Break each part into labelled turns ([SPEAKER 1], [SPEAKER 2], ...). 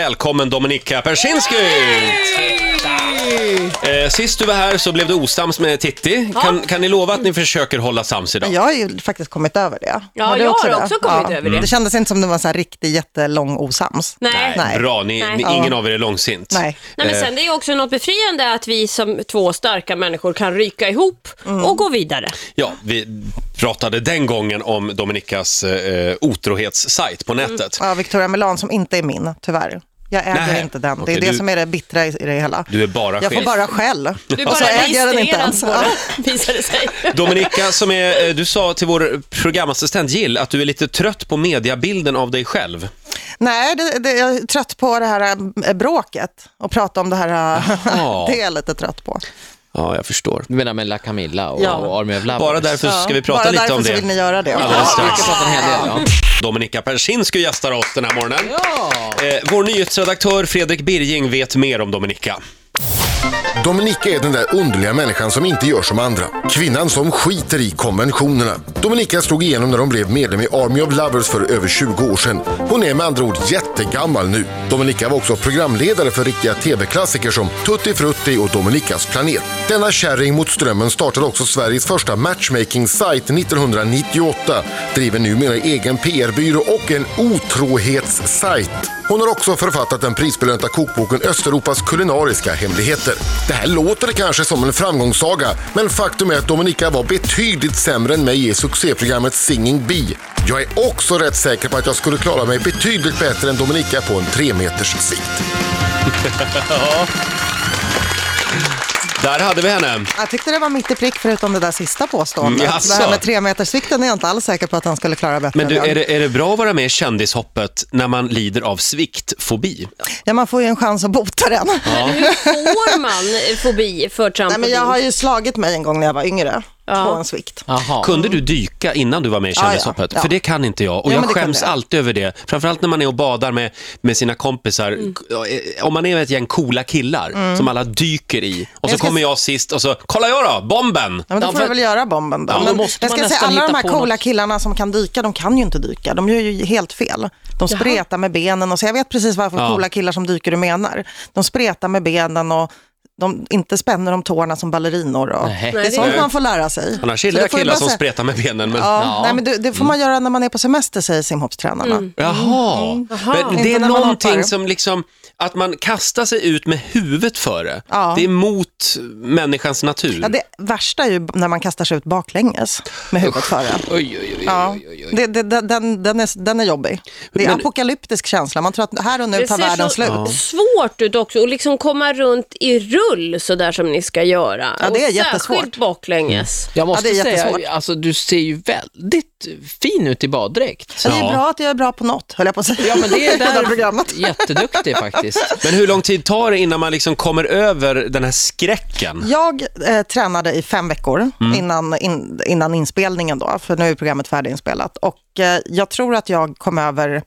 [SPEAKER 1] välkommen Dominika Persinski! Eh, sist du var här så blev du osams med Titti. Kan, kan ni lova att ni försöker hålla sams idag?
[SPEAKER 2] Jag har ju faktiskt kommit över det.
[SPEAKER 3] Ja,
[SPEAKER 2] du
[SPEAKER 3] jag har också kommit över det.
[SPEAKER 2] Det kändes inte som det var en sån här riktig jättelång osams.
[SPEAKER 3] Nej. Nej.
[SPEAKER 1] Bra, ni,
[SPEAKER 3] Nej.
[SPEAKER 1] Ni,
[SPEAKER 3] Ja.
[SPEAKER 1] ingen av er är långsint. Eh,
[SPEAKER 2] Nej.
[SPEAKER 3] men sen det är också något befriande att vi som två starka människor kan ryka ihop
[SPEAKER 2] Mm.
[SPEAKER 3] och gå vidare.
[SPEAKER 1] Ja, vi pratade den gången om Dominikas eh, otrohetssajt på nätet.
[SPEAKER 2] Ja, Victoria Milan som inte är min, tyvärr. Jag äger
[SPEAKER 1] Nej.
[SPEAKER 2] inte den. Det är
[SPEAKER 1] Okej,
[SPEAKER 2] det
[SPEAKER 1] du-
[SPEAKER 2] som är det bittra i i det hela.
[SPEAKER 1] Du är bara
[SPEAKER 2] jag får
[SPEAKER 1] chef.
[SPEAKER 2] bara skäll.
[SPEAKER 3] Du är
[SPEAKER 2] Och så
[SPEAKER 3] bara
[SPEAKER 2] Alltså, äger jag den inte
[SPEAKER 3] registrerad
[SPEAKER 2] ens.
[SPEAKER 3] på det, visar det sig.
[SPEAKER 1] Dominika, som är, eh, du sa till vår programassistent Jill att du är lite trött på mediabilden av dig själv.
[SPEAKER 2] Nej, det, det, jag är trött på det här äh, bråket och prata om det här. äh,
[SPEAKER 1] Jaha.
[SPEAKER 2] det är jag lite trött på.
[SPEAKER 1] Ja, jag förstår.
[SPEAKER 4] Du menar med La Camilla och,
[SPEAKER 2] Ja.
[SPEAKER 4] och Army of Lovers?
[SPEAKER 1] Bara därför så ska vi prata
[SPEAKER 2] Bara
[SPEAKER 1] lite
[SPEAKER 2] därför
[SPEAKER 1] om
[SPEAKER 2] så vill ni
[SPEAKER 1] det.
[SPEAKER 2] göra det.
[SPEAKER 1] Alldeles strax.
[SPEAKER 4] Vi ska prata en hel del, ja.
[SPEAKER 1] Dominika Persinsky gästar oss den här morgonen. Eh, vår nyhetsredaktör Fredrik Birging vet mer om Dominika.
[SPEAKER 5] Dominika är den där underliga människan som inte gör som andra. Kvinnan som skiter i konventionerna. Dominika slog igenom när hon blev medlem i Army of Lovers för över 20 år sedan. Hon är med andra ord jättegammal nu. Dominika var också programledare för riktiga tv-klassiker som Tutti Frutti och Dominikas planet. Denna kärring mot strömmen startade också Sveriges första matchmaking-sajt 1998. Driver numera egen PR-byrå och en otrohetssajt. Hon har också författat den prisbelönta kokboken Östeuropas kulinariska hemligheter. Det här låter kanske som en framgångssaga, men faktum är att Dominika var betydligt sämre än mig i succéprogrammet Singing Bee. Jag är också rätt säker på att jag skulle klara mig betydligt bättre än Dominika på en 3 meters sikt.
[SPEAKER 1] Där hade vi henne.
[SPEAKER 2] Jag tyckte det var mitt i prick förutom det där sista påståendet.
[SPEAKER 1] Mm, jaså.
[SPEAKER 2] Det här med tremetersvikten är jag inte alls säker på att han skulle klara bättre
[SPEAKER 1] Men du,
[SPEAKER 2] än jag.
[SPEAKER 1] är det, är det bra att vara med i Kändishoppet när man lider av sviktfobi?
[SPEAKER 2] Ja, man får ju en chans att bota den.
[SPEAKER 3] Men hur får man fobi för
[SPEAKER 2] Nej,
[SPEAKER 3] trampoline?
[SPEAKER 2] men jag har ju slagit mig en gång när jag var yngre på en svikt.
[SPEAKER 4] Jaha.
[SPEAKER 1] Kunde du dyka innan du var med i
[SPEAKER 2] ja,
[SPEAKER 1] Kändishoppet?
[SPEAKER 2] ja.
[SPEAKER 1] För det kan inte jag. Och
[SPEAKER 2] Ja,
[SPEAKER 1] jag
[SPEAKER 2] men det
[SPEAKER 1] skäms
[SPEAKER 2] kunde jag.
[SPEAKER 1] alltid över det. Framförallt när man är och badar med, med sina kompisar.
[SPEAKER 2] Mm.
[SPEAKER 1] eh, Om man är med ett gäng coola killar som alla dyker i. Och så
[SPEAKER 2] jag ska-
[SPEAKER 1] kommer jag sist och så, kolla jag då, bomben!
[SPEAKER 2] Ja, men då
[SPEAKER 4] Ja,
[SPEAKER 2] får
[SPEAKER 4] för-
[SPEAKER 2] du väl göra bomben då.
[SPEAKER 4] Ja, då
[SPEAKER 2] men
[SPEAKER 4] måste
[SPEAKER 2] jag
[SPEAKER 4] man
[SPEAKER 2] ska säga,
[SPEAKER 4] nästan
[SPEAKER 2] alla de
[SPEAKER 4] hitta
[SPEAKER 2] här
[SPEAKER 4] på
[SPEAKER 2] coola
[SPEAKER 4] något.
[SPEAKER 2] killarna som kan dyka, de kan ju inte dyka. De gör ju helt fel. De spretar med benen och så. Jag vet precis varför
[SPEAKER 1] Ja.
[SPEAKER 2] coola killar som dyker du menar. De spretar med benen och de inte spänner de tårna som ballerinor. Och
[SPEAKER 4] Nej.
[SPEAKER 2] det är sånt man får lära sig.
[SPEAKER 1] Annars
[SPEAKER 2] Så
[SPEAKER 1] gillar
[SPEAKER 2] då
[SPEAKER 1] jag
[SPEAKER 2] får du
[SPEAKER 1] killar
[SPEAKER 2] bara
[SPEAKER 1] som
[SPEAKER 2] säga-
[SPEAKER 1] spretar Mm. med benen. Men...
[SPEAKER 2] Ja, Nej, men det, det får man göra när man är på semester, säger simhoppstränarna.
[SPEAKER 4] Mm.
[SPEAKER 1] Jaha, men det
[SPEAKER 2] Inte
[SPEAKER 1] är
[SPEAKER 2] när man hoppar.
[SPEAKER 1] någonting som liksom, att man kastar sig ut med huvudet före.
[SPEAKER 2] Ja.
[SPEAKER 1] Det är mot människans natur.
[SPEAKER 2] Ja, det värsta är ju när man kastar sig ut baklänges med huvudet före.
[SPEAKER 4] Oj, oj, oj.
[SPEAKER 2] Ja, det, det, den- den, den, är, den är jobbig. Det är
[SPEAKER 1] Men-
[SPEAKER 2] apokalyptisk känsla. Man tror att här och nu
[SPEAKER 3] Det
[SPEAKER 2] tar
[SPEAKER 3] ser
[SPEAKER 2] världen
[SPEAKER 3] så
[SPEAKER 2] slut.
[SPEAKER 3] svårt ut också, och liksom komma runt i rull sådär som ni ska göra.
[SPEAKER 2] Ja, det är
[SPEAKER 3] och
[SPEAKER 2] jättesvårt.
[SPEAKER 3] Särskilt baklänges.
[SPEAKER 4] Jag måste
[SPEAKER 2] Ja, det är jättesvårt.
[SPEAKER 4] säga, alltså, du ser ju väldigt fin ut i baddräkt.
[SPEAKER 2] Så Det
[SPEAKER 1] Ja.
[SPEAKER 2] är bra att jag är bra på något, höll jag på att säga.
[SPEAKER 4] Ja, men det är
[SPEAKER 2] Det här
[SPEAKER 4] där
[SPEAKER 2] programmet.
[SPEAKER 4] Jätteduktig faktiskt.
[SPEAKER 1] Men hur lång tid tar det innan man liksom kommer över den här skräcken?
[SPEAKER 2] Jag eh, tränade i fem veckor
[SPEAKER 4] Mm.
[SPEAKER 2] innan, in, innan inspelningen, då, för nu är programmet färdiginspelat. Och eh, jag tror att jag kom över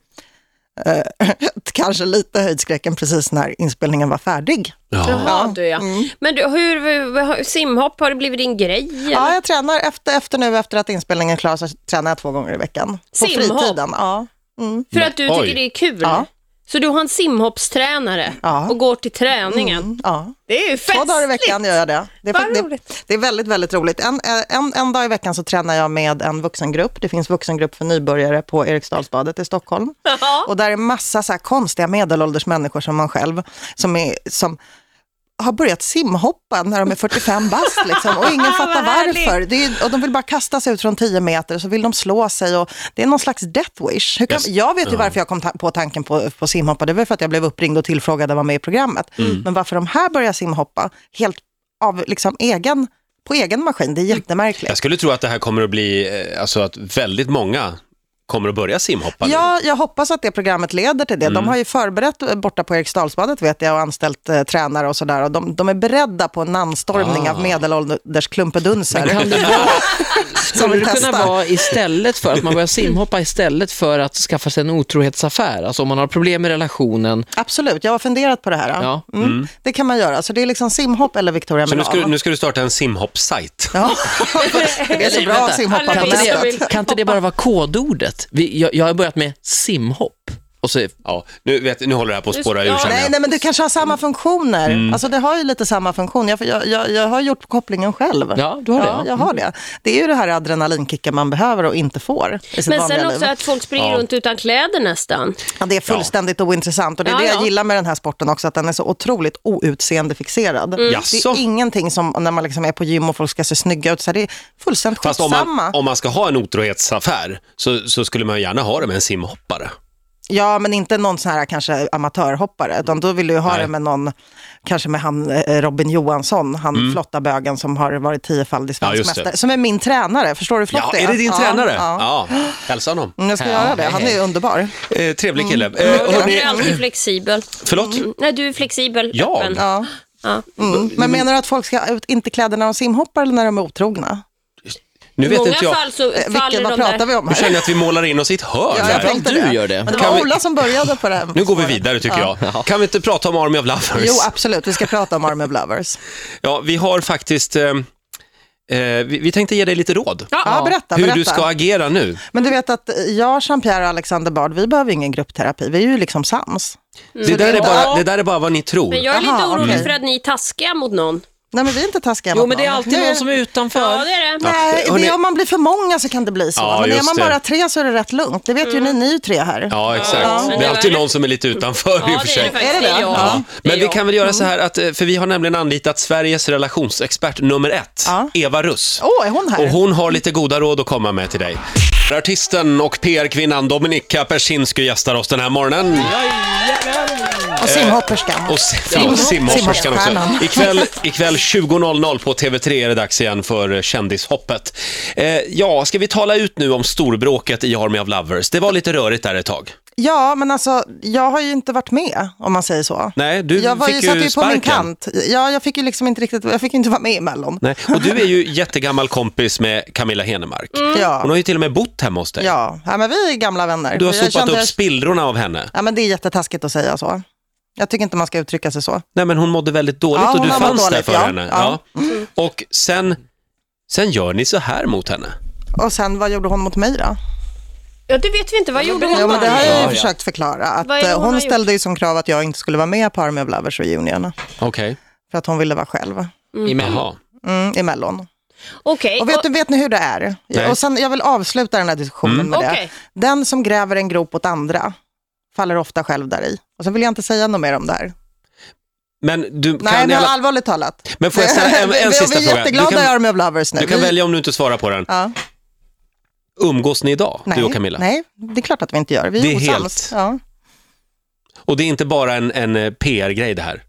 [SPEAKER 2] eh, kanske lite höjdskräcken precis när inspelningen var färdig.
[SPEAKER 3] Jaha, du ja.
[SPEAKER 2] Mm.
[SPEAKER 3] Men du, hur, hur, simhopp, har det blivit din grej? eller?
[SPEAKER 2] Ja, jag tränar efter, efter nu, efter att inspelningen är klar, så tränar jag två gånger i veckan. På
[SPEAKER 3] Simhopp?
[SPEAKER 2] fritiden. Ja.
[SPEAKER 3] För att du
[SPEAKER 1] Oj.
[SPEAKER 3] tycker det är kul?
[SPEAKER 2] Ja.
[SPEAKER 3] Så du har en simhoppstränare
[SPEAKER 2] Ja.
[SPEAKER 3] och går till träningen?
[SPEAKER 2] ja.
[SPEAKER 3] Det är ju
[SPEAKER 2] Två
[SPEAKER 3] Mm. festligt!
[SPEAKER 2] dagar i veckan gör jag det. Det är,
[SPEAKER 3] Vad
[SPEAKER 2] fakt- det,
[SPEAKER 3] roligt.
[SPEAKER 2] det är väldigt, väldigt roligt. En, eh, en, en dag i veckan så tränar jag med en vuxengrupp. Det finns vuxengrupp för nybörjare på Eriksdalsbadet i Stockholm.
[SPEAKER 3] Ja.
[SPEAKER 2] Och där är massa så här konstiga medelålders människor som man själv, som, är, som har börjat simhoppa när de är 45 bast liksom, och ingen fattar
[SPEAKER 3] härligt.
[SPEAKER 2] varför. Det är, och de vill bara kasta sig ut från 10 meter så vill de slå sig och det är någon slags death wish. Hur kan,
[SPEAKER 1] Yes.
[SPEAKER 2] Jag vet ju varför jag kom ta- på tanken på, på simhoppa, det var för att jag blev uppringd och tillfrågad att vara med i programmet. Men varför de här börjar simhoppa helt av liksom egen, på egen maskin, det är jättemärkligt.
[SPEAKER 1] Jag skulle tro att det här kommer att bli, eh, alltså att väldigt många kommer att börja simhoppa nu.
[SPEAKER 2] Ja, jag hoppas att det programmet leder till det.
[SPEAKER 4] Mm.
[SPEAKER 2] De har ju förberett eh, borta på Eriksdalsbadet vet jag och anställt eh, tränare och sådär. Och de, de är beredda på en anstormning av medelålders klumpedunser.
[SPEAKER 4] Ah. Kan du vara,
[SPEAKER 2] Som
[SPEAKER 4] skulle
[SPEAKER 2] vill
[SPEAKER 4] det kunna
[SPEAKER 2] testa.
[SPEAKER 4] vara istället för att man börjar simhoppa istället för att skaffa sig en otrohetsaffär? Alltså om man har problem med relationen.
[SPEAKER 2] Absolut, jag har funderat på det här.
[SPEAKER 4] Ja.
[SPEAKER 2] Mm. Det kan man göra. Så det är liksom simhopp eller Victoria
[SPEAKER 1] Så nu
[SPEAKER 2] Milano.
[SPEAKER 1] ska, du- nu ska du starta en simhoppsajt.
[SPEAKER 2] Ja. det är så bra att simhoppa
[SPEAKER 3] Alla
[SPEAKER 2] på
[SPEAKER 4] Kan
[SPEAKER 3] vi som
[SPEAKER 4] inte
[SPEAKER 2] nätet.
[SPEAKER 3] vill
[SPEAKER 4] det, kan inte det bara vara kodordet? Vi, jag, jag har börjat med simhopp. Och så,
[SPEAKER 1] Ja, nu, vet, nu håller det här på att spåra ur
[SPEAKER 3] Ja,
[SPEAKER 1] känner
[SPEAKER 2] Nej,
[SPEAKER 1] jag.
[SPEAKER 2] nej, men du kanske har samma funktioner.
[SPEAKER 4] Mm.
[SPEAKER 2] Alltså det har ju lite samma funktion. Jag, jag, jag, jag har gjort kopplingen själv.
[SPEAKER 4] Ja, du har det, ja. Mm.
[SPEAKER 2] jag har det. Det är ju det här adrenalinkicken man behöver och inte får i sitt
[SPEAKER 3] Men
[SPEAKER 2] vanliga
[SPEAKER 3] sen
[SPEAKER 2] liv.
[SPEAKER 3] också att folk springer runt utan kläder nästan.
[SPEAKER 2] Ja, det är fullständigt ointressant och det är
[SPEAKER 3] Ja,
[SPEAKER 2] det jag
[SPEAKER 3] ja.
[SPEAKER 2] gillar med den här sporten också, att den är så otroligt outseendefixerad.
[SPEAKER 3] Mm.
[SPEAKER 2] Det
[SPEAKER 1] Jaså?
[SPEAKER 2] är ingenting som när man liksom är på gym och folk ska se snygga ut, så här, det är fullständigt
[SPEAKER 1] Fast om
[SPEAKER 2] skitsamma.
[SPEAKER 1] man, om man ska ha en otrohetsaffär så, så skulle man ju gärna ha det med en simhoppare.
[SPEAKER 2] Ja, men inte någon sån här kanske amatörhoppare, utan då vill du ju ha
[SPEAKER 1] Nej.
[SPEAKER 2] det med någon, kanske med han eh, Robin Johansson, han flotta bögen som har varit tiofaldig
[SPEAKER 1] Mm. Ja,
[SPEAKER 2] svensk
[SPEAKER 1] just det.
[SPEAKER 2] mästare, som är min tränare, förstår du hur flott
[SPEAKER 1] Ja,
[SPEAKER 2] det
[SPEAKER 1] är det din
[SPEAKER 2] Ja,
[SPEAKER 1] tränare?
[SPEAKER 2] Ja.
[SPEAKER 1] Ja, hälsa honom.
[SPEAKER 2] Mm, Jag ska
[SPEAKER 4] Ja,
[SPEAKER 2] göra det, han är
[SPEAKER 4] hej,
[SPEAKER 2] ju underbar.
[SPEAKER 1] Eh, trevlig kille.
[SPEAKER 3] Du
[SPEAKER 1] Eh, hörni,
[SPEAKER 3] är alltid flexibel.
[SPEAKER 1] förlåt?
[SPEAKER 3] Nej, du är flexibel.
[SPEAKER 1] Jag?
[SPEAKER 3] öppen.
[SPEAKER 2] Ja.
[SPEAKER 3] Ja.
[SPEAKER 2] Mm. Men menar du att folk ska ut, inte kläder när de simhoppar eller när de är otrogna?
[SPEAKER 1] Nu
[SPEAKER 3] I
[SPEAKER 1] vet
[SPEAKER 3] många
[SPEAKER 1] inte jag.
[SPEAKER 3] fall så
[SPEAKER 2] Eh,
[SPEAKER 3] faller
[SPEAKER 2] Vilket, vad
[SPEAKER 3] de
[SPEAKER 2] pratar
[SPEAKER 3] där.
[SPEAKER 2] vi om
[SPEAKER 1] Nu känner
[SPEAKER 2] här?
[SPEAKER 1] jag att vi målar in oss i ett hörn
[SPEAKER 2] Ja,
[SPEAKER 1] här.
[SPEAKER 2] jag
[SPEAKER 4] Nej,
[SPEAKER 2] tänkte
[SPEAKER 4] du
[SPEAKER 2] det.
[SPEAKER 4] gör det.
[SPEAKER 2] Men det
[SPEAKER 1] Kan
[SPEAKER 2] var
[SPEAKER 1] vi-
[SPEAKER 2] Ola som började på det här.
[SPEAKER 1] Nu går vi vidare tycker jag. Kan vi inte prata om Army of Lovers?
[SPEAKER 2] Jo, absolut. Vi ska prata om Army of Lovers.
[SPEAKER 1] Ja, vi har faktiskt, eh, eh, vi, vi tänkte ge dig lite råd.
[SPEAKER 3] Ja. Mm.
[SPEAKER 2] Ja, berätta.
[SPEAKER 1] Hur
[SPEAKER 2] berätta.
[SPEAKER 1] du ska agera nu.
[SPEAKER 2] Men du vet att jag, Jean-Pierre och Alexander Bard, vi behöver ingen gruppterapi. Vi är ju liksom sams.
[SPEAKER 1] Det, där är bara,
[SPEAKER 3] Ja.
[SPEAKER 1] det där är bara vad ni tror.
[SPEAKER 3] Men jag är lite
[SPEAKER 2] Aha,
[SPEAKER 3] orolig
[SPEAKER 2] okej.
[SPEAKER 3] för att ni är taskiga mot någon.
[SPEAKER 2] Nej, men vi är inte taskiga
[SPEAKER 4] jo,
[SPEAKER 2] mot
[SPEAKER 4] men det är
[SPEAKER 2] någon.
[SPEAKER 4] alltid
[SPEAKER 2] Nej.
[SPEAKER 4] någon som är utanför.
[SPEAKER 3] Ja, det är det.
[SPEAKER 2] Nej, det
[SPEAKER 1] Hörni-
[SPEAKER 2] är om man blir för många så kan det bli så.
[SPEAKER 1] Ja,
[SPEAKER 2] men är
[SPEAKER 1] just
[SPEAKER 2] man
[SPEAKER 1] det.
[SPEAKER 2] bara tre så är det rätt lugnt. Det vet ju ni,
[SPEAKER 4] Mm.
[SPEAKER 2] ni är ju tre här.
[SPEAKER 1] Ja, exakt.
[SPEAKER 3] Ja.
[SPEAKER 1] Det är alltid någon som är lite utanför i
[SPEAKER 3] Ja,
[SPEAKER 1] och för
[SPEAKER 3] det är
[SPEAKER 1] sig.
[SPEAKER 3] det faktiskt.
[SPEAKER 2] Är det det?
[SPEAKER 3] jag.
[SPEAKER 2] Ja.
[SPEAKER 3] Det
[SPEAKER 1] Men vi
[SPEAKER 3] är jag. Mm.
[SPEAKER 1] kan väl göra så här att, eh, för vi har nämligen anlitat Sveriges relationsexpert nummer ett,
[SPEAKER 2] Ja.
[SPEAKER 1] Eva Russ.
[SPEAKER 2] Åh, är hon här?
[SPEAKER 1] Och hon har lite goda råd att komma med till dig. Artisten och PR-kvinnan Dominika Persinski gästar oss den här morgonen.
[SPEAKER 2] och simhopperskan.
[SPEAKER 1] Och sim- förlåt, simhopperskan också.
[SPEAKER 2] Simhopparstjärnan.
[SPEAKER 1] Ikväll, ikväll 20.00 på TV3 är det dags igen för eh, kändishoppet. Eh, ja, ska vi tala ut nu om storbråket i Army of Lovers? Det var lite rörigt där ett tag.
[SPEAKER 2] Ja, men alltså, jag har ju inte varit med, om man säger så.
[SPEAKER 1] Nej, du
[SPEAKER 2] jag var
[SPEAKER 1] fick
[SPEAKER 2] ju,
[SPEAKER 1] ju
[SPEAKER 2] satt ju på min
[SPEAKER 1] sparken.
[SPEAKER 2] kant. Ja, jag fick ju liksom inte riktigt, jag fick ju inte vara med emellan.
[SPEAKER 1] Nej. Och du är ju jättegammal kompis med Camilla Henemark. Hon
[SPEAKER 2] Ja,
[SPEAKER 1] har ju till och med bott hemma hos dig.
[SPEAKER 2] Mm. ja. ja, men vi är gamla vänner.
[SPEAKER 1] Du har
[SPEAKER 2] Och jag
[SPEAKER 1] sopat
[SPEAKER 2] kände-
[SPEAKER 1] upp spillrorna av henne.
[SPEAKER 2] Ja, men det är jättetaskigt att säga så. Jag tycker inte man ska uttrycka sig så.
[SPEAKER 1] Nej, men hon mådde väldigt dåligt
[SPEAKER 2] Ja,
[SPEAKER 1] och
[SPEAKER 2] hon
[SPEAKER 1] du
[SPEAKER 2] har mått
[SPEAKER 1] fanns där
[SPEAKER 2] dåligt,
[SPEAKER 1] för
[SPEAKER 2] ja.
[SPEAKER 1] henne.
[SPEAKER 2] Ja. Mm.
[SPEAKER 1] Och sen, sen gör ni så här mot henne.
[SPEAKER 2] Och sen, vad gjorde hon mot mig då?
[SPEAKER 3] Ja, det vet vi inte. Vad gjorde hon?
[SPEAKER 2] Ja, men det har
[SPEAKER 3] då?
[SPEAKER 2] jag ju
[SPEAKER 4] Ja, ja.
[SPEAKER 2] försökt förklara. Att
[SPEAKER 3] Vad är det
[SPEAKER 2] eh,
[SPEAKER 3] hon
[SPEAKER 2] hon
[SPEAKER 3] har gjort?
[SPEAKER 2] ställde ju som krav att jag inte skulle vara med på Army of Lovers reunionerna.
[SPEAKER 1] Okej.
[SPEAKER 2] För att hon ville vara själv.
[SPEAKER 4] Emellan.
[SPEAKER 1] Jaha.
[SPEAKER 2] Mm, emellan.
[SPEAKER 3] Okej.
[SPEAKER 2] Och vet, du, vet ni hur det är?
[SPEAKER 1] Nej. Mm.
[SPEAKER 2] Och sen, jag vill avsluta den här diskussionen med det.
[SPEAKER 3] Okej.
[SPEAKER 2] Den som gräver en grop åt andra faller ofta själv där i. Och så vill jag inte säga något mer om det här.
[SPEAKER 1] Men du
[SPEAKER 2] Nej,
[SPEAKER 1] kan
[SPEAKER 2] men
[SPEAKER 1] i alla...
[SPEAKER 2] allvarligt talat.
[SPEAKER 1] Men får jag ställa en-
[SPEAKER 2] Vi-
[SPEAKER 1] en
[SPEAKER 2] vi-
[SPEAKER 1] sista
[SPEAKER 2] Vi är
[SPEAKER 1] fråga?
[SPEAKER 2] jätteglada
[SPEAKER 1] Du kan-
[SPEAKER 2] i Army of Lovers nu.
[SPEAKER 1] Du kan
[SPEAKER 2] Vi-
[SPEAKER 1] välja om du inte svarar på den.
[SPEAKER 2] Ja.
[SPEAKER 1] Umgås ni idag,
[SPEAKER 2] Nej,
[SPEAKER 1] du och Camilla?
[SPEAKER 2] Nej, det är klart att vi inte gör. Vi är,
[SPEAKER 1] Det är helt-
[SPEAKER 2] osams. Ja.
[SPEAKER 1] Och det är inte bara en, en eh, PR-grej det här.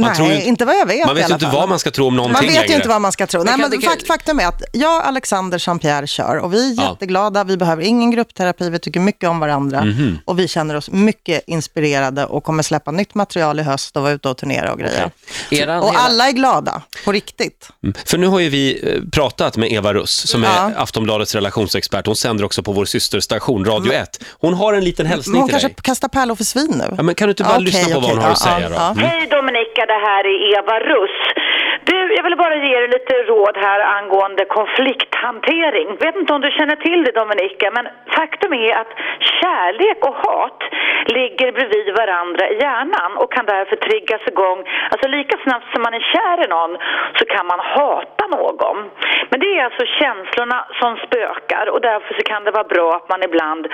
[SPEAKER 1] Man
[SPEAKER 2] Nej,
[SPEAKER 1] tror ju
[SPEAKER 2] inte,
[SPEAKER 1] inte-
[SPEAKER 2] vad jag vet
[SPEAKER 1] Man
[SPEAKER 2] i
[SPEAKER 1] vet ju
[SPEAKER 2] alla
[SPEAKER 1] inte
[SPEAKER 2] fall.
[SPEAKER 1] vad man ska tro om någonting
[SPEAKER 2] Man vet ju
[SPEAKER 1] längre.
[SPEAKER 2] inte vad man ska tro. Nej,
[SPEAKER 4] kan-
[SPEAKER 2] men
[SPEAKER 4] det kan-
[SPEAKER 2] fakt, faktum är att jag, Alexander Jean-Pierre kör och vi är
[SPEAKER 1] Ja.
[SPEAKER 2] jätteglada. Vi behöver ingen gruppterapi. Vi tycker mycket om varandra
[SPEAKER 1] Mhm.
[SPEAKER 2] och vi känner oss mycket inspirerade och kommer släppa nytt material i höst och vara ute och turnera och grejer.
[SPEAKER 4] Eran,
[SPEAKER 2] Och
[SPEAKER 4] era-
[SPEAKER 2] alla är glada, på riktigt.
[SPEAKER 1] Mm. För nu har ju vi eh, pratat med Eva Russ, som är
[SPEAKER 2] Ja.
[SPEAKER 1] Aftonbladets relationsexpert. Hon sänder också på vår systerstation Radio 1. Hon har en liten
[SPEAKER 2] Men
[SPEAKER 1] hälsning
[SPEAKER 2] Mm. hon
[SPEAKER 1] till
[SPEAKER 2] kanske
[SPEAKER 1] dig.
[SPEAKER 2] kastar pärlor för svin nu.
[SPEAKER 1] Ja, men kan du inte bara
[SPEAKER 2] Okej,
[SPEAKER 1] lyssna på vad
[SPEAKER 2] okej.
[SPEAKER 1] hon har att
[SPEAKER 2] Ja,
[SPEAKER 1] säga
[SPEAKER 2] ja,
[SPEAKER 1] då?
[SPEAKER 2] ja.
[SPEAKER 1] Mm.
[SPEAKER 6] Hej Dominika, det här är Eva Russ. Du, jag vill bara ge dig lite råd här angående konflikthantering. Vet inte om du känner till det Dominika, men faktum är att kärlek och hat ligger bredvid varandra i hjärnan och kan därför triggas igång. Alltså lika snabbt som man är kär i någon så kan man hata någon. Men det är alltså känslorna som spökar och därför så kan det vara bra att man ibland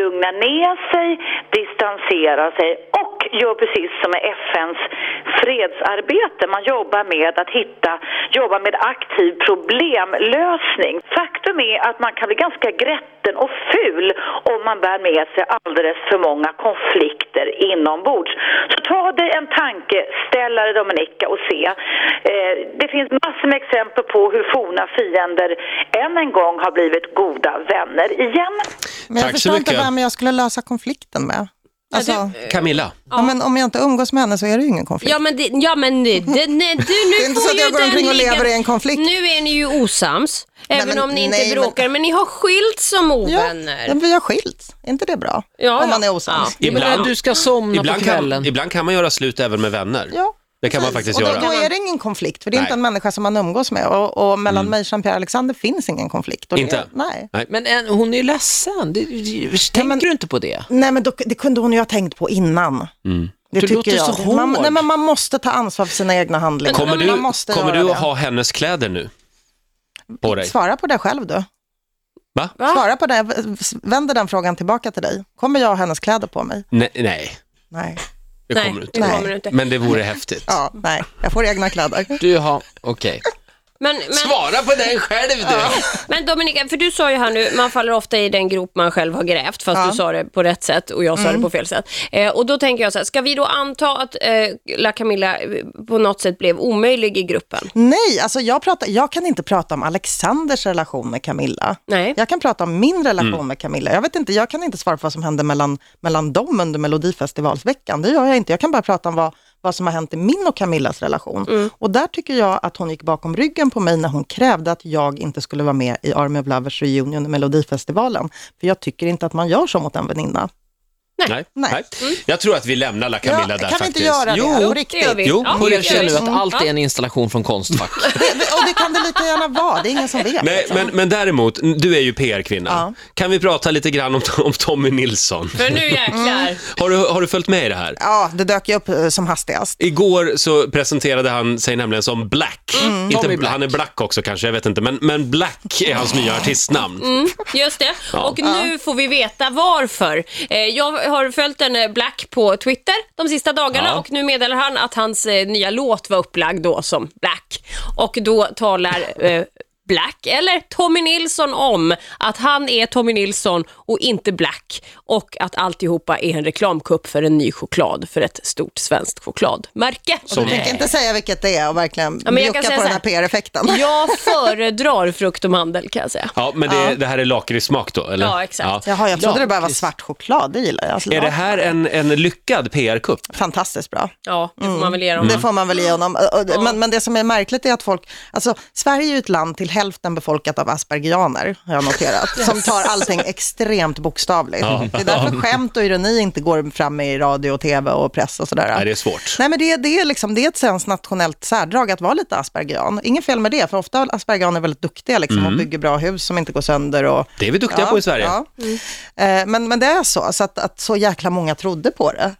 [SPEAKER 6] lugnar ner sig, distanserar sig och gör precis som med FNs fredsarbete. Man jobbar med att hitta, jobbar med aktiv problemlösning. Faktum är att man kan bli ganska grätten och ful om man bär med sig alldeles för många konflikter inombords. Så ta dig en tankeställare Dominika och se. Eh, det finns massor med exempel på hur forna fiender än en gång har blivit goda vänner igen.
[SPEAKER 2] Men jag
[SPEAKER 1] Tack så
[SPEAKER 2] förstår inte
[SPEAKER 1] mycket.
[SPEAKER 2] vem jag skulle lösa konflikten med. Alltså, ja,
[SPEAKER 1] Camilla,
[SPEAKER 2] men om jag inte umgås med henne så är det ju ingen konflikt.
[SPEAKER 3] Ja men, det, ja, men det, det, nej, du, nu
[SPEAKER 2] Typ. Det är
[SPEAKER 3] får
[SPEAKER 2] inte så att
[SPEAKER 3] ju
[SPEAKER 2] jag går
[SPEAKER 3] den
[SPEAKER 2] omkring och
[SPEAKER 3] ligga-
[SPEAKER 2] lever i en konflikt.
[SPEAKER 3] Nu är ni ju osams, även
[SPEAKER 2] men-
[SPEAKER 3] om ni inte
[SPEAKER 2] nej, men-
[SPEAKER 3] bråkar, men... ni har skilts som ovänner.
[SPEAKER 2] Ja, vi har skilt. Är inte det bra?
[SPEAKER 3] Ja,
[SPEAKER 2] Om man
[SPEAKER 3] ja.
[SPEAKER 2] är osams.
[SPEAKER 3] Ja.
[SPEAKER 4] Men när
[SPEAKER 1] ibland,
[SPEAKER 4] du ska somna på
[SPEAKER 1] ibland,
[SPEAKER 4] kvällen.
[SPEAKER 1] kan, ibland kan man göra slut även med vänner.
[SPEAKER 2] Mm. Ja.
[SPEAKER 1] Det kan man faktiskt
[SPEAKER 2] Och då,
[SPEAKER 1] göra.
[SPEAKER 2] då är det ingen konflikt, för det är
[SPEAKER 1] Nej. Mm.
[SPEAKER 2] inte en människa som man umgås med. Och, och mellan mig och Jean-Pierre Alexander finns ingen konflikt. Och
[SPEAKER 1] Inte?
[SPEAKER 2] Det, nej.
[SPEAKER 4] Men en, hon är ju ledsen. Det, det, tänker
[SPEAKER 2] men-
[SPEAKER 4] du inte på det?
[SPEAKER 2] Nej, men då, det kunde hon ju ha tänkt på innan.
[SPEAKER 1] Mm.
[SPEAKER 2] Det
[SPEAKER 4] Du
[SPEAKER 2] tycker
[SPEAKER 4] låter
[SPEAKER 2] jag.
[SPEAKER 4] så hård.
[SPEAKER 2] Man, nej, men man måste ta ansvar för sina egna handlingar.
[SPEAKER 1] Kommer
[SPEAKER 2] man
[SPEAKER 1] du,
[SPEAKER 2] måste
[SPEAKER 1] kommer
[SPEAKER 2] göra
[SPEAKER 1] du
[SPEAKER 2] det.
[SPEAKER 1] att ha hennes kläder nu? På dig?
[SPEAKER 2] Svara på det själv du.
[SPEAKER 1] Va?
[SPEAKER 2] Svara på det. V- Vänder den frågan tillbaka till dig. Kommer jag ha hennes kläder på mig?
[SPEAKER 1] Nej, nej,
[SPEAKER 2] Nej.
[SPEAKER 1] det
[SPEAKER 3] Nej,
[SPEAKER 1] kommer du inte.
[SPEAKER 3] det kommer du inte.
[SPEAKER 1] Men det vore häftigt.
[SPEAKER 2] Ja, nej. Jag får egna kläder.
[SPEAKER 4] Du har, okej.
[SPEAKER 3] Men, men,
[SPEAKER 4] Svara på den själv du.
[SPEAKER 3] men Dominika, för du sa ju här nu, man faller ofta i den grop man själv har grävt, fast du sa det på rätt sätt och jag sa
[SPEAKER 2] Mm.
[SPEAKER 3] det på fel sätt. Eh, och då tänker jag så här, ska vi då anta att eh, La Camilla eh, på något sätt blev omöjlig i gruppen?
[SPEAKER 2] Nej, alltså jag, pratar, jag kan inte prata om Alexanders relation med Camilla.
[SPEAKER 3] Nej.
[SPEAKER 2] Jag kan prata om min relation med Camilla. Jag, vet inte, jag kan inte svara på vad som hände mellan, mellan dem under Melodifestivalsveckan. Det gör jag inte. Jag kan bara prata om vad, vad som har hänt i min och Camillas relation. Och där tycker jag att hon gick bakom ryggen på mig när hon krävde att jag inte skulle vara med i Army of Lovers reunion i Melodifestivalen. För jag tycker inte att man gör så mot en väninna.
[SPEAKER 1] Nej, nej.
[SPEAKER 2] Nej. Mm.
[SPEAKER 1] Jag tror att vi lämnar La Camilla
[SPEAKER 2] Ja,
[SPEAKER 1] där
[SPEAKER 2] kan vi
[SPEAKER 1] faktiskt.
[SPEAKER 2] inte göra det?
[SPEAKER 1] Jo,
[SPEAKER 2] På riktigt.
[SPEAKER 3] Det gör vi.
[SPEAKER 1] Jo, på
[SPEAKER 3] det gör
[SPEAKER 1] riktigt.
[SPEAKER 4] Erkänn
[SPEAKER 3] vi.
[SPEAKER 4] nu att allt är
[SPEAKER 3] Ja.
[SPEAKER 4] en installation från Konstfack.
[SPEAKER 2] Och det kan det lika gärna vara. Det är ingen som vet.
[SPEAKER 1] Nej,
[SPEAKER 2] liksom.
[SPEAKER 1] men, men däremot, du är ju PR-kvinna. Kan vi prata lite grann om, om Tommy Nilsson?
[SPEAKER 3] För nu jäklar.
[SPEAKER 2] Mm.
[SPEAKER 1] Har du, har du följt med i det här?
[SPEAKER 2] Ja, det dök ju upp eh, som hastigast.
[SPEAKER 1] Igår så presenterade han sig nämligen som Black.
[SPEAKER 2] Mm.
[SPEAKER 1] Inte,
[SPEAKER 4] Tommy Black.
[SPEAKER 1] Han är Black också kanske, jag vet inte. Men, men Black är hans nya artistnamn.
[SPEAKER 3] Mm, just det. Och nu får vi veta varför. Eh, jag har följt en eh, Black på Twitter de sista dagarna
[SPEAKER 1] Ja.
[SPEAKER 3] och nu meddelar han att hans eh, nya låt var upplagd då som Black. Och då talar eh, Black, eller Tommy Nilsson om att han är Tommy Nilsson och inte Black och att alltihopa är en reklamkupp för en ny choklad för ett stort svenskt chokladmärke.
[SPEAKER 1] Som,
[SPEAKER 2] Jag kan inte säga vilket det är och verkligen
[SPEAKER 3] Ja, men jag kan
[SPEAKER 2] mjuka på
[SPEAKER 3] säga
[SPEAKER 2] den
[SPEAKER 3] så
[SPEAKER 2] här
[SPEAKER 3] här.
[SPEAKER 2] PR-effekten.
[SPEAKER 3] Jag föredrar frukt och mandel kan jag säga.
[SPEAKER 1] ja, men det, det här är lakritssmak då, eller?
[SPEAKER 3] Ja, exakt.
[SPEAKER 2] Jaha, jag trodde det bara var
[SPEAKER 4] Lakrits.
[SPEAKER 2] svart choklad, det gillar jag. Alltså,
[SPEAKER 1] Är det här en, en lyckad PR-kupp?
[SPEAKER 2] Fantastiskt bra.
[SPEAKER 3] Ja, det får man
[SPEAKER 1] Mm.
[SPEAKER 3] väl ge dem.
[SPEAKER 2] Det får man väl ge honom. Och- och- Men, men det som är märkligt är att folk, alltså Sverige är ju ett land till hälften befolkat av aspergianer, har jag noterat, som tar allting extremt bokstavligt. Det är därför skämt och ironi inte går fram i radio och tv och press och sådär.
[SPEAKER 1] Nej, det är svårt.
[SPEAKER 2] Nej, men det, det, är liksom, det är ett svenskt nationellt särdrag att vara lite aspergian. Inget fel med det, för ofta aspergianer är väldigt duktiga liksom, och bygger bra hus som inte går sönder. Och,
[SPEAKER 1] Det är vi Mm. duktiga
[SPEAKER 2] Ja,
[SPEAKER 1] på i Sverige.
[SPEAKER 2] ja. Eh, Men, men det är så, så att, att så jäkla många trodde på det.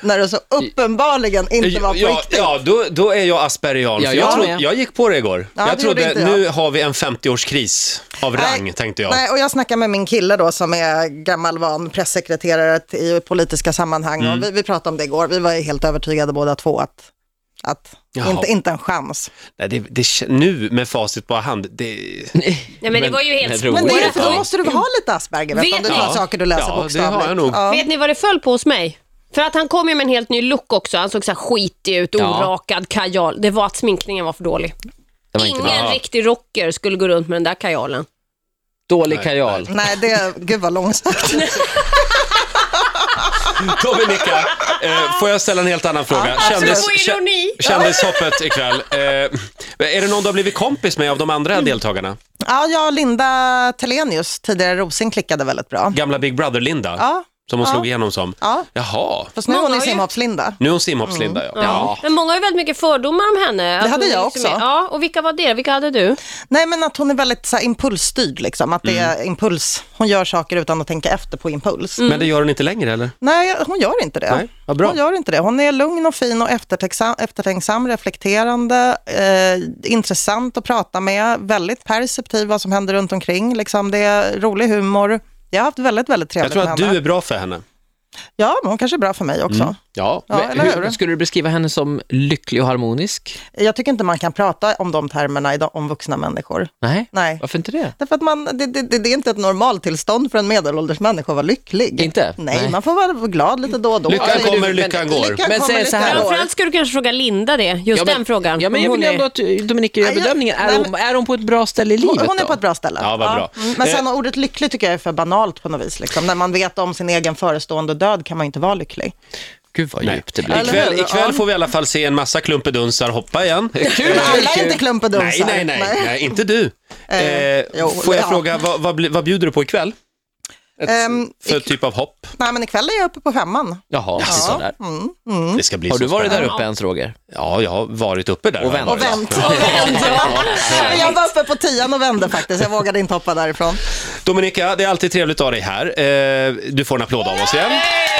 [SPEAKER 2] När det så uppenbarligen inte var på
[SPEAKER 1] ja,
[SPEAKER 2] riktigt.
[SPEAKER 1] ja då, då är jag aspergian.
[SPEAKER 4] Ja,
[SPEAKER 1] för
[SPEAKER 4] jag
[SPEAKER 1] jag, trodde,
[SPEAKER 4] med.
[SPEAKER 1] jag gick på det igår.
[SPEAKER 2] Ja,
[SPEAKER 1] jag
[SPEAKER 2] det gjorde
[SPEAKER 1] trodde,
[SPEAKER 2] inte jag.
[SPEAKER 1] nu har vi en 50-årskris av rang,
[SPEAKER 2] Nej,
[SPEAKER 1] tänkte jag.
[SPEAKER 2] Nej, och jag snackade med min kille då som är gammal van pressekreterare t- i politiska sammanhang
[SPEAKER 1] Mm.
[SPEAKER 2] och vi, vi pratade om det igår. Vi var ju helt övertygade båda två att, att
[SPEAKER 1] Jaha.
[SPEAKER 2] inte, inte en chans.
[SPEAKER 1] Nej, det, det, kän- nu med facit på hand, det...
[SPEAKER 3] Nej, men det
[SPEAKER 1] Men-
[SPEAKER 3] var ju
[SPEAKER 4] men
[SPEAKER 3] helt
[SPEAKER 4] roligt.
[SPEAKER 2] Men det är,
[SPEAKER 3] spårat.
[SPEAKER 2] för då måste du ha lite Asperger, vet,
[SPEAKER 3] Vet
[SPEAKER 2] om du
[SPEAKER 3] ni-
[SPEAKER 2] tar saker du läser
[SPEAKER 1] Ja, det har jag
[SPEAKER 2] bokstavligt.
[SPEAKER 1] nog.
[SPEAKER 2] Ja.
[SPEAKER 3] Vet ni vad det föll på hos mig? För att han kom ju med en helt ny look också. Han såg så här skitig ut, orakad kajal. Det var att sminkningen var för dålig.
[SPEAKER 4] Det var inte
[SPEAKER 3] Ingen
[SPEAKER 4] bra.
[SPEAKER 1] bra.
[SPEAKER 3] riktig rocker skulle gå runt med den där kajalen.
[SPEAKER 4] Dålig kajal.
[SPEAKER 2] Nej, det, gud vad långsökt.
[SPEAKER 1] Dominika, eh, får jag ställa en helt annan fråga?
[SPEAKER 3] Apropå ironi.
[SPEAKER 1] kä- kändishoppet ikväll. Eh, är det någon du har blivit kompis med av de andra
[SPEAKER 2] Mm.
[SPEAKER 1] deltagarna?
[SPEAKER 2] Ja, jag och Linda Telenius, tidigare Rosin, klickade väldigt bra.
[SPEAKER 1] Gamla Big Brother-Linda,
[SPEAKER 2] Ja,
[SPEAKER 1] som hon
[SPEAKER 2] ja.
[SPEAKER 1] slog igenom som.
[SPEAKER 2] Ja.
[SPEAKER 1] Jaha,
[SPEAKER 2] Fast nu är
[SPEAKER 3] Många
[SPEAKER 2] hon i
[SPEAKER 3] har ju-
[SPEAKER 2] simhopps-Linda.
[SPEAKER 1] nu är hon simhopps-Linda. Ja.
[SPEAKER 4] Ja.
[SPEAKER 3] Men många har ju väldigt mycket fördomar om henne. Att
[SPEAKER 2] hade
[SPEAKER 3] hon
[SPEAKER 2] jag
[SPEAKER 3] liksom är-
[SPEAKER 2] också.
[SPEAKER 3] Ja, och vilka var det? Vilka hade du?
[SPEAKER 2] Nej, men att hon är väldigt så här, impulsstyrd, liksom. att det
[SPEAKER 1] Mm.
[SPEAKER 2] är impuls. Hon gör saker utan att tänka efter på impuls.
[SPEAKER 1] Men det gör hon inte längre, eller?
[SPEAKER 2] Nej, hon gör inte det.
[SPEAKER 1] Nej, vad bra.
[SPEAKER 2] Hon gör inte det. Hon är lugn och fin och eftertänksam, eftertänksam reflekterande, eh, intressant att prata med, väldigt perceptiv vad som händer runt omkring. Liksom, det är rolig humor. Jag har haft väldigt, väldigt
[SPEAKER 1] Jag
[SPEAKER 2] trevligt
[SPEAKER 1] tror
[SPEAKER 2] med
[SPEAKER 1] att
[SPEAKER 2] henne.
[SPEAKER 1] du är bra för henne.
[SPEAKER 2] Ja, men hon kanske är bra för mig också.
[SPEAKER 1] Ja.
[SPEAKER 2] Ja,
[SPEAKER 4] Men
[SPEAKER 2] eller
[SPEAKER 4] hur,
[SPEAKER 2] hur?
[SPEAKER 4] skulle du beskriva henne som lycklig och harmonisk?
[SPEAKER 2] Jag tycker inte man kan prata om de termerna idag, om vuxna människor.
[SPEAKER 4] Nej.
[SPEAKER 2] Nej.
[SPEAKER 4] Varför inte det?
[SPEAKER 2] Därför att man, det, det, det det är inte ett normaltillstånd för en medelålders människa att vara lycklig.
[SPEAKER 4] Inte?
[SPEAKER 2] Nej,
[SPEAKER 4] Nej.
[SPEAKER 2] man får vara glad lite då och då.
[SPEAKER 1] Lyckan
[SPEAKER 4] men du-
[SPEAKER 1] kommer,
[SPEAKER 4] men-
[SPEAKER 1] lyckan går.
[SPEAKER 2] Lyckan
[SPEAKER 4] Men
[SPEAKER 2] kommer
[SPEAKER 4] säg så här.
[SPEAKER 2] lite då och då.
[SPEAKER 3] Framförallt skulle du kanske fråga Linda det. Just
[SPEAKER 4] Ja, men-
[SPEAKER 3] den frågan.
[SPEAKER 4] Ja, men jag
[SPEAKER 3] Hon
[SPEAKER 4] vill
[SPEAKER 3] är-
[SPEAKER 4] ändå att Dominika gör
[SPEAKER 2] Nej, jag-
[SPEAKER 4] bedömningen. Är
[SPEAKER 2] nej,
[SPEAKER 4] hon, är hon på ett bra ställe i livet
[SPEAKER 2] Hon, hon är
[SPEAKER 4] då?
[SPEAKER 2] på ett bra ställe.
[SPEAKER 1] Ja, vad bra. Eh,
[SPEAKER 2] Mm, Men sen ordet lycklig tycker jag är för banalt på något vis. Liksom. När man vet om sin egen förestående död kan man inte vara lycklig.
[SPEAKER 4] Gud vad
[SPEAKER 1] Nej.
[SPEAKER 4] djupt det blir.
[SPEAKER 2] Eller hur?
[SPEAKER 1] Ikväll, ikväll får vi i alla fall se en massa klumpedunsar hoppa igen.
[SPEAKER 2] Men alla är inte
[SPEAKER 1] Nej,
[SPEAKER 2] klumpedunsar.
[SPEAKER 1] nej, nej, nej, inte du. Eh,
[SPEAKER 2] jo,
[SPEAKER 1] får jag
[SPEAKER 2] ja.
[SPEAKER 1] fråga, vad, vad, bli- vad bjuder du på ikväll? Ett,
[SPEAKER 2] Ehm,
[SPEAKER 1] för
[SPEAKER 2] i-
[SPEAKER 1] typ av hopp?
[SPEAKER 2] Nej, men ikväll är jag uppe på femman.
[SPEAKER 4] Jaha, titta där.
[SPEAKER 2] Mm.
[SPEAKER 1] Det ska bli
[SPEAKER 4] Har du
[SPEAKER 1] så
[SPEAKER 4] varit där
[SPEAKER 1] spännande.
[SPEAKER 4] uppe ens Roger?
[SPEAKER 1] Ja, jag har varit uppe där.
[SPEAKER 4] Och
[SPEAKER 1] har jag
[SPEAKER 4] vänt.
[SPEAKER 1] varit.
[SPEAKER 2] Vänt. Men jag var uppe på tian och vände faktiskt. Jag vågade inte hoppa därifrån.
[SPEAKER 1] Dominika, det är alltid trevligt att ha dig här. Eh, Du får en applåd av oss igen.